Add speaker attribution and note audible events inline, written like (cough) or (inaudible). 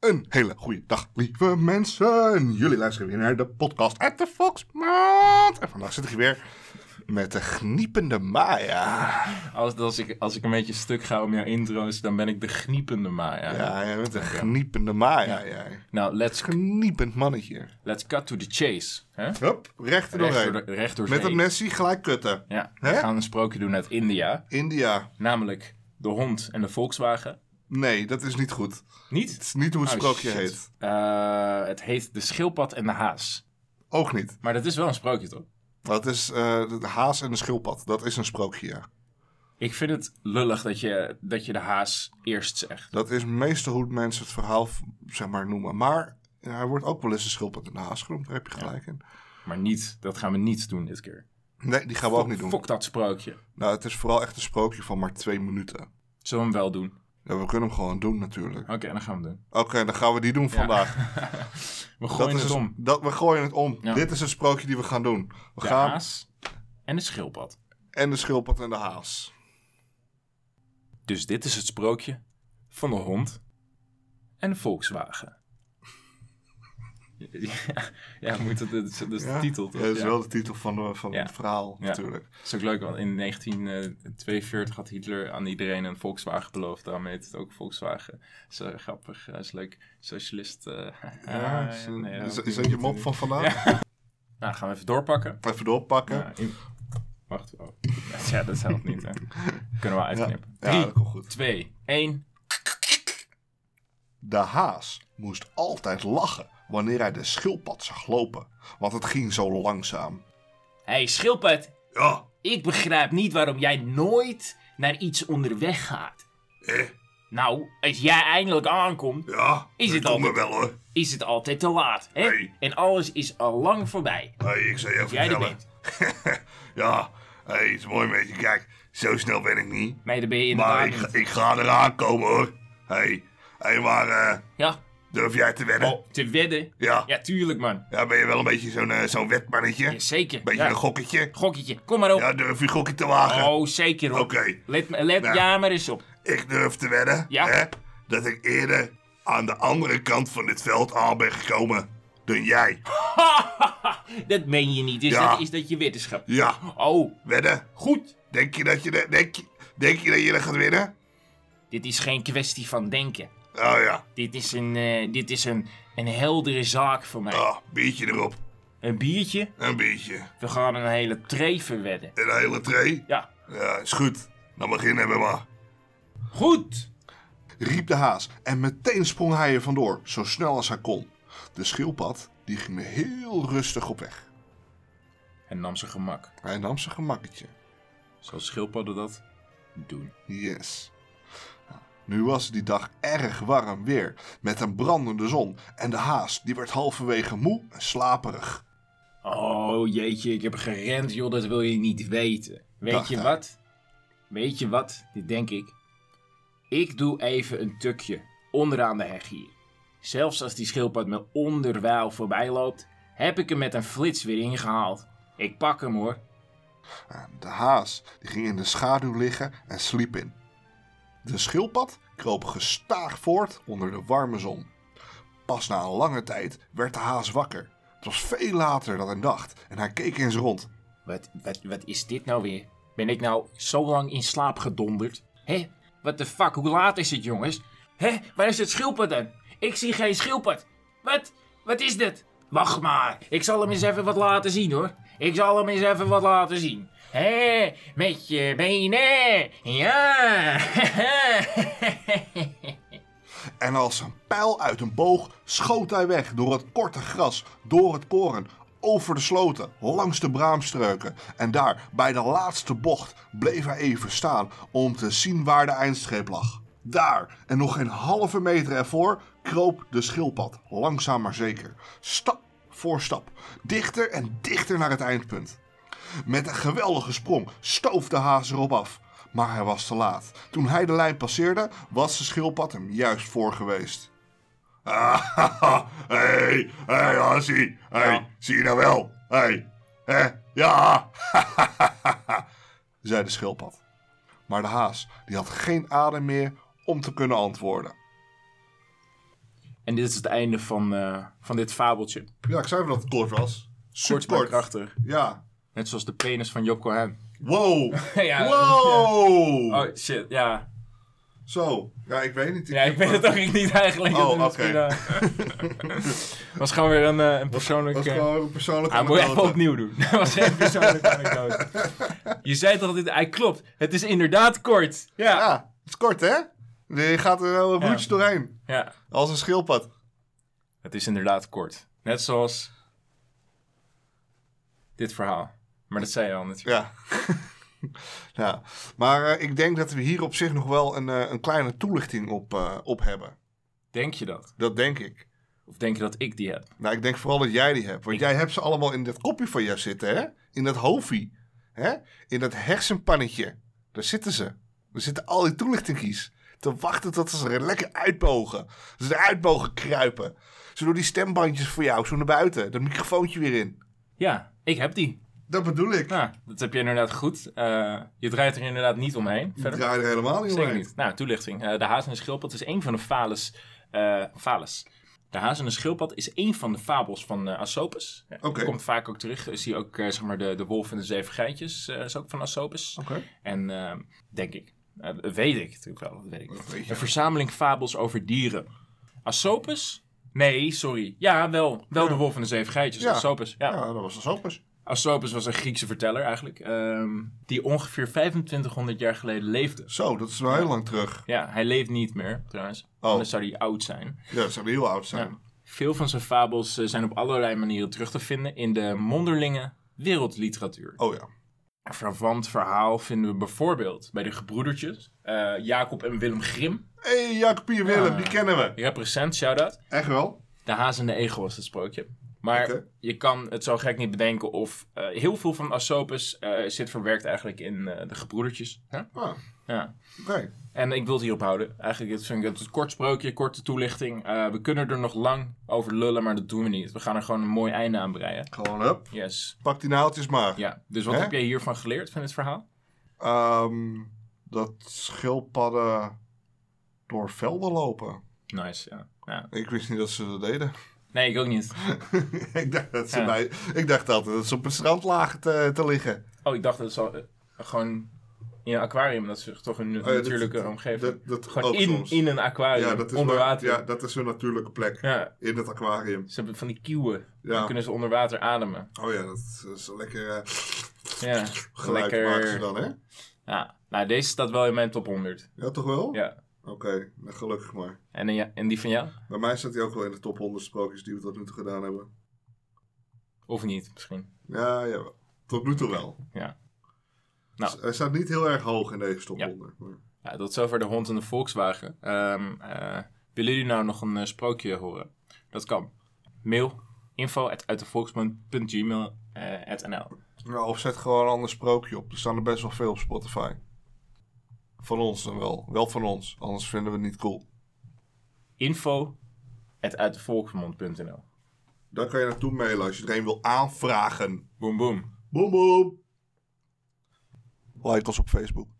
Speaker 1: Een hele goede dag, lieve mensen. Jullie luisteren weer naar de podcast at the Foxmaat. En vandaag zit ik hier weer met de gniepende Maya.
Speaker 2: Als, als, ik, als ik een beetje stuk ga om jouw intro's, dan ben ik de gniepende Maya.
Speaker 1: Ja, jij bent een gniepende Maya, jij.
Speaker 2: Nou, let's,
Speaker 1: Gniepend mannetje.
Speaker 2: let's cut to the chase. Hè?
Speaker 1: Hup, recht er
Speaker 2: Recht door
Speaker 1: doorheen.
Speaker 2: de- recht door
Speaker 1: Met
Speaker 2: zee.
Speaker 1: een Nessie gelijk kutten.
Speaker 2: Ja, we
Speaker 1: Hè?
Speaker 2: gaan een sprookje doen uit India.
Speaker 1: India.
Speaker 2: Namelijk de hond en de Volkswagen.
Speaker 1: Nee, dat is niet goed. Het
Speaker 2: Niet?
Speaker 1: is niet hoe het
Speaker 2: Oh,
Speaker 1: sprookje
Speaker 2: shit.
Speaker 1: heet.
Speaker 2: Eh, het heet De Schildpad en de Haas.
Speaker 1: Ook niet.
Speaker 2: Maar dat is wel een sprookje, toch?
Speaker 1: Dat is eh, de haas en de schildpad. Dat is een sprookje, ja.
Speaker 2: Ik vind het lullig dat je, dat je de haas eerst zegt.
Speaker 1: Dat is meestal hoe mensen het verhaal, zeg maar, noemen. Maar ja, hij wordt ook wel eens een schildpad en een haas genoemd. Daar heb je gelijk in.
Speaker 2: Maar niet, dat gaan we niet doen dit keer.
Speaker 1: Nee, die gaan we ook niet doen.
Speaker 2: Fok dat sprookje.
Speaker 1: Nou, het is vooral echt een sprookje van maar twee minuten.
Speaker 2: Zullen we hem wel doen?
Speaker 1: Ja, we kunnen hem gewoon doen natuurlijk.
Speaker 2: Oké, dan gaan we hem doen.
Speaker 1: Oké, dan gaan we die doen vandaag.
Speaker 2: (laughs) We gooien
Speaker 1: is dus
Speaker 2: het
Speaker 1: een-
Speaker 2: om.
Speaker 1: Dat, we gooien het om.
Speaker 2: Ja.
Speaker 1: Dit is het sprookje die we gaan doen. We
Speaker 2: De
Speaker 1: gaan
Speaker 2: haas en de schildpad.
Speaker 1: en de schildpad en de haas.
Speaker 2: Dus dit is het sprookje van de hond en de Volkswagen. (laughs) Ja, ja moet het, dat is, dat is de
Speaker 1: Ja?
Speaker 2: titel toch?
Speaker 1: Ja, dat is
Speaker 2: Ja.
Speaker 1: wel de titel van, de, van
Speaker 2: Ja.
Speaker 1: het verhaal
Speaker 2: Ja.
Speaker 1: natuurlijk.
Speaker 2: Dat is ook leuk, want in 1942 had Hitler aan iedereen een Volkswagen beloofd. Daarom heet het ook Volkswagen. Dat is eh, grappig, dat is leuk. Socialist. eh, (laughs)
Speaker 1: Ja,
Speaker 2: ah,
Speaker 1: is,
Speaker 2: ja, nee,
Speaker 1: is, is
Speaker 2: dat moet
Speaker 1: dat
Speaker 2: je
Speaker 1: je
Speaker 2: niet
Speaker 1: mop
Speaker 2: doen.
Speaker 1: van vandaag?
Speaker 2: Nou, gaan we even doorpakken.
Speaker 1: Even doorpakken.
Speaker 2: Ja, in- Wacht, oh. (laughs) ja, dat helpt niet.
Speaker 1: (laughs)
Speaker 2: Hè. Kunnen we uitknippen.
Speaker 1: Ja, dat
Speaker 2: 3,
Speaker 1: komt goed.
Speaker 2: 2, 1.
Speaker 1: De haas moest altijd lachen wanneer hij de schildpad zag lopen, want het ging zo langzaam.
Speaker 2: Hey, schildpad,
Speaker 1: Ja,
Speaker 2: Ik begrijp niet waarom jij nooit naar iets onderweg gaat. Nou, als jij eindelijk aankomt,
Speaker 1: ja.
Speaker 2: Is het
Speaker 1: ik kom
Speaker 2: al-
Speaker 1: er wel hoor.
Speaker 2: is het altijd te laat, hè?
Speaker 1: Hey.
Speaker 2: En alles is al lang voorbij.
Speaker 1: Hey, ik zou je
Speaker 2: Jij er
Speaker 1: vertellen.
Speaker 2: bent.
Speaker 1: (laughs) ja, hey, het is mooi met je. Kijk, zo snel ben ik niet.
Speaker 2: Nee, daar ben je
Speaker 1: Maar
Speaker 2: inderdaad
Speaker 1: ik, ga-
Speaker 2: niet.
Speaker 1: ik ga eraan komen hoor. Hey, hey maar eh,
Speaker 2: Ja,
Speaker 1: durf jij te wedden?
Speaker 2: oh, te wedden.
Speaker 1: Ja. ja.
Speaker 2: Ja, tuurlijk, man.
Speaker 1: ben je wel een beetje zo'n eh, zo'n wedmannetje?
Speaker 2: Jazeker.
Speaker 1: Beetje
Speaker 2: Ja.
Speaker 1: een gokketje?
Speaker 2: Gokketje, kom maar op.
Speaker 1: Ja, durf je gokkie te wagen?
Speaker 2: Oh, zeker hoor.
Speaker 1: Oké.
Speaker 2: Let, me- let
Speaker 1: Nou.
Speaker 2: ja maar eens op. (laughs)
Speaker 1: Ik durf te wedden
Speaker 2: Ja.
Speaker 1: hè, dat ik eerder aan de andere kant van dit veld aan ben gekomen dan jij.
Speaker 2: dat meen je niet. Is,
Speaker 1: Ja.
Speaker 2: dat, is dat je wetenschap?
Speaker 1: Ja,
Speaker 2: Oh,
Speaker 1: wedden.
Speaker 2: goed.
Speaker 1: Denk je dat je, de- denk, je- denk je, dat, je dat gaat winnen?
Speaker 2: Dit is geen kwestie van denken.
Speaker 1: Oh ja,
Speaker 2: Dit is een, eh, dit is een, een heldere zaak voor mij.
Speaker 1: oh, biertje erop.
Speaker 2: Een biertje?
Speaker 1: Een biertje.
Speaker 2: We gaan een hele tree verwedden.
Speaker 1: Een hele tree.
Speaker 2: Ja.
Speaker 1: Ja, is goed. Dan beginnen we maar.
Speaker 2: Goed!
Speaker 1: riep de haas en meteen sprong hij er vandoor, zo snel als hij kon. De schildpad die ging er heel rustig op weg.
Speaker 2: En nam zijn gemak.
Speaker 1: Hij nam zijn gemakketje.
Speaker 2: Zoals schildpadden dat doen.
Speaker 1: Yes. Nou, Nu was die dag erg warm weer, met een brandende zon. En de haas die werd halverwege moe en slaperig.
Speaker 2: Oh jeetje, ik heb gerend joh, dat wil je niet weten. Weet
Speaker 1: Dacht
Speaker 2: je
Speaker 1: hij.
Speaker 2: wat? Weet je wat? Dit denk ik. Ik doe even een tukje onderaan de heg hier. Zelfs als die schildpad me onderwijl voorbij loopt, heb ik hem met een flits weer ingehaald. Ik pak hem hoor.
Speaker 1: Nou, De haas die ging in de schaduw liggen en sliep in. De schildpad kroop gestaag voort onder de warme zon. Pas na een lange tijd werd de haas wakker. Het was veel later dan hij dacht en hij keek eens rond.
Speaker 2: Wat, wat, wat is dit nou weer? Ben ik nou zo lang in slaap gedonderd? Hé, wat de fuck, hoe laat is het jongens? Hé, waar is het schildpad dan? Ik zie geen schildpad. Wat? Wat is dit? Wacht maar, ik zal hem eens even wat laten zien hoor. Ik zal hem eens even wat laten zien. Hé, met je benen. Ja. (laughs)
Speaker 1: En als een pijl uit een boog schoot hij weg door het korte gras, door het koren, over de sloten, langs de braamstreuken. En daar, bij de laatste bocht, bleef hij even staan om te zien waar de eindstreep lag. Daar, en nog geen halve meter ervoor, kroop de schildpad, langzaam maar zeker, stap voor stap, dichter en dichter naar het eindpunt. Met een geweldige sprong stoof de haas erop af. Maar hij was te laat. Toen hij de lijn passeerde, was de schildpad hem juist voor geweest. (laughs) hey, hey, Hassie. Hey,
Speaker 2: Ja.
Speaker 1: zie je nou wel? Hey, hè, ja, (laughs) zei de schildpad. Maar de haas, die had geen adem meer om te kunnen antwoorden.
Speaker 2: En dit is het einde van, eh, van dit fabeltje.
Speaker 1: Ja, ik zei wel dat het kort was.
Speaker 2: Kort
Speaker 1: Super
Speaker 2: maar
Speaker 1: kort.
Speaker 2: krachtig.
Speaker 1: Ja.
Speaker 2: Net zoals de penis van Job
Speaker 1: (laughs)
Speaker 2: Cohen.
Speaker 1: Wow.
Speaker 2: Ja.
Speaker 1: wow. (laughs)
Speaker 2: Oh shit, ja.
Speaker 1: Zo. Ja, ik weet niet.
Speaker 2: Ja, ik weet het ook niet eigenlijk.
Speaker 1: Oh,
Speaker 2: Dat is misschien,
Speaker 1: oké.
Speaker 2: eh, (laughs) was gewoon weer een, eh, een
Speaker 1: Dat
Speaker 2: persoonlijke...
Speaker 1: is gewoon een persoonlijke
Speaker 2: Ah, moet je even
Speaker 1: anekdote.
Speaker 2: opnieuw doen. (laughs) Dat was echt een persoonlijke anekdote. Je zei toch dat dit... Hij klopt. Het is inderdaad kort. Ja.
Speaker 1: Ja, het is kort, hè? Je gaat er wel een
Speaker 2: Ja.
Speaker 1: roetje doorheen.
Speaker 2: ja.
Speaker 1: Als een schildpad.
Speaker 2: Het is inderdaad kort. Net zoals... Dit verhaal. Maar dat zei je al natuurlijk.
Speaker 1: Ja. (laughs) ja. Maar eh, ik denk dat we hier op zich nog wel een, eh, een kleine toelichting op, eh, op hebben.
Speaker 2: Denk je dat?
Speaker 1: Dat denk ik.
Speaker 2: Of denk je dat ik die heb?
Speaker 1: Nou, ik denk vooral dat jij die hebt. Want jij hebt ze allemaal in dat kopje van jou zitten, hè? In dat hoofdje. Hè? In dat hersenpannetje. Daar zitten ze. Daar zitten al die toelichtingkies. Te wachten tot ze er lekker uitbogen. Ze eruit bogen kruipen. Ze doen die stembandjes voor jou zo naar buiten. Dat microfoontje weer in.
Speaker 2: Ja, ik heb die.
Speaker 1: Dat bedoel ik.
Speaker 2: Nou, dat heb je inderdaad goed. Eh, je draait er inderdaad niet omheen.
Speaker 1: Ik
Speaker 2: Verder?
Speaker 1: draai er helemaal niet
Speaker 2: Zeker
Speaker 1: omheen.
Speaker 2: niet. Nou, toelichting. Eh, de haas en de schildpad is één van de fales. eh fales. De haas en de schildpad is één van de fabels van eh Asopus. Ja,
Speaker 1: Oké.
Speaker 2: Komt vaak ook terug. Eh, Zie je ook eh, zeg maar de, de wolf en de zeven geitjes. eh, is ook van Asopus.
Speaker 1: Oké.
Speaker 2: En ehm, denk ik. Eh, dat weet ik natuurlijk wel. Dat weet ik.
Speaker 1: Dat weet je.
Speaker 2: Een verzameling fabels over dieren. Asopus? Nee, sorry. Ja, wel. Wel de wolf en de zeven geitjes.
Speaker 1: Ja.
Speaker 2: Asopus. Ja.
Speaker 1: Ja, dat was dus ook eens.
Speaker 2: Asopus was een Griekse verteller eigenlijk, ehm, die ongeveer 2500 jaar geleden leefde.
Speaker 1: Zo, dat is wel heel lang terug.
Speaker 2: Ja, hij leeft niet meer trouwens,
Speaker 1: Oh.
Speaker 2: anders zou hij oud zijn.
Speaker 1: Ja, dat zou heel oud zijn.
Speaker 2: Ja. Veel van zijn fabels eh, zijn op allerlei manieren terug te vinden in de mondelinge wereldliteratuur.
Speaker 1: Oh ja.
Speaker 2: Een verwant verhaal vinden we bijvoorbeeld bij de gebroedertjes, eh, Jacob en Willem Grim.
Speaker 1: hey, Jacob en Willem, die kennen we.
Speaker 2: Represent, shout-out.
Speaker 1: Echt wel?
Speaker 2: De haas en de egel was het sprookje. Maar
Speaker 1: Oké.
Speaker 2: je kan het zo gek niet bedenken of eh, heel veel van Asopus eh, zit verwerkt eigenlijk in eh, de gebroedertjes. Hè?
Speaker 1: Ah,
Speaker 2: Ja.
Speaker 1: oké.
Speaker 2: En ik wil het hierop houden. Eigenlijk dit vind ik het een kort sprookje, korte toelichting. Eh, we kunnen er nog lang over lullen, maar dat doen we niet. We gaan er gewoon een mooi einde aan breien.
Speaker 1: Gewoon up.
Speaker 2: Yes.
Speaker 1: Pak die naaltjes maar.
Speaker 2: Ja. Dus wat
Speaker 1: Hè?
Speaker 2: heb jij hiervan geleerd van dit verhaal?
Speaker 1: Ehm, dat schildpadden door velden lopen.
Speaker 2: Nice, ja. ja.
Speaker 1: Ik wist niet dat ze dat deden. (laughs)
Speaker 2: Nee, ik ook niet.
Speaker 1: ik, dacht dat ze
Speaker 2: Ja.
Speaker 1: bij, ik dacht altijd dat ze op het strand lagen te, te liggen.
Speaker 2: Oh, ik dacht dat ze al, eh, gewoon in een aquarium, dat ze toch een
Speaker 1: Oh, dat-
Speaker 2: natuurlijke
Speaker 1: dat-
Speaker 2: omgeving.
Speaker 1: dat- dat
Speaker 2: eh, gewoon
Speaker 1: ook
Speaker 2: in,
Speaker 1: soms.
Speaker 2: in een aquarium,
Speaker 1: Ja, dat is,
Speaker 2: onder
Speaker 1: waar-
Speaker 2: water.
Speaker 1: ja, dat is hun natuurlijke plek.
Speaker 2: Ja.
Speaker 1: In het aquarium.
Speaker 2: Ze hebben van die kieuwen.
Speaker 1: Ja.
Speaker 2: Dan kunnen ze onder water ademen.
Speaker 1: Oh ja, dat is een lekker eh,
Speaker 2: Ja.
Speaker 1: geluid maken ze dan, hè?
Speaker 2: Ja. Nou, deze staat wel in mijn top 100.
Speaker 1: Ja, toch wel?
Speaker 2: Ja.
Speaker 1: Oké, nou, gelukkig maar.
Speaker 2: En, eh, en die van jou?
Speaker 1: Bij mij staat hij ook wel in de top 100 sprookjes die we tot nu toe gedaan hebben.
Speaker 2: Of niet, misschien.
Speaker 1: Ja, ja. Tot nu toe wel.
Speaker 2: Ja. Nou.
Speaker 1: Dus hij staat niet heel erg hoog in deze top 100. maar-
Speaker 2: Ja, tot zover de hond en de Volkswagen. Ehm, eh, willen jullie nou nog een eh, sprookje horen? Dat kan. Mail info at uitdevolksman.gmail, eh, at nl.
Speaker 1: Nou, of zet gewoon een ander sprookje op. Er staan er best wel veel op Spotify. Van ons dan wel. Wel van ons. Anders vinden we het niet cool.
Speaker 2: Info at uitdevolksmond.nl.
Speaker 1: Daar kan je naartoe mailen als je er een wil aanvragen.
Speaker 2: Boom boom.
Speaker 1: Boom boom. Like ons op Facebook.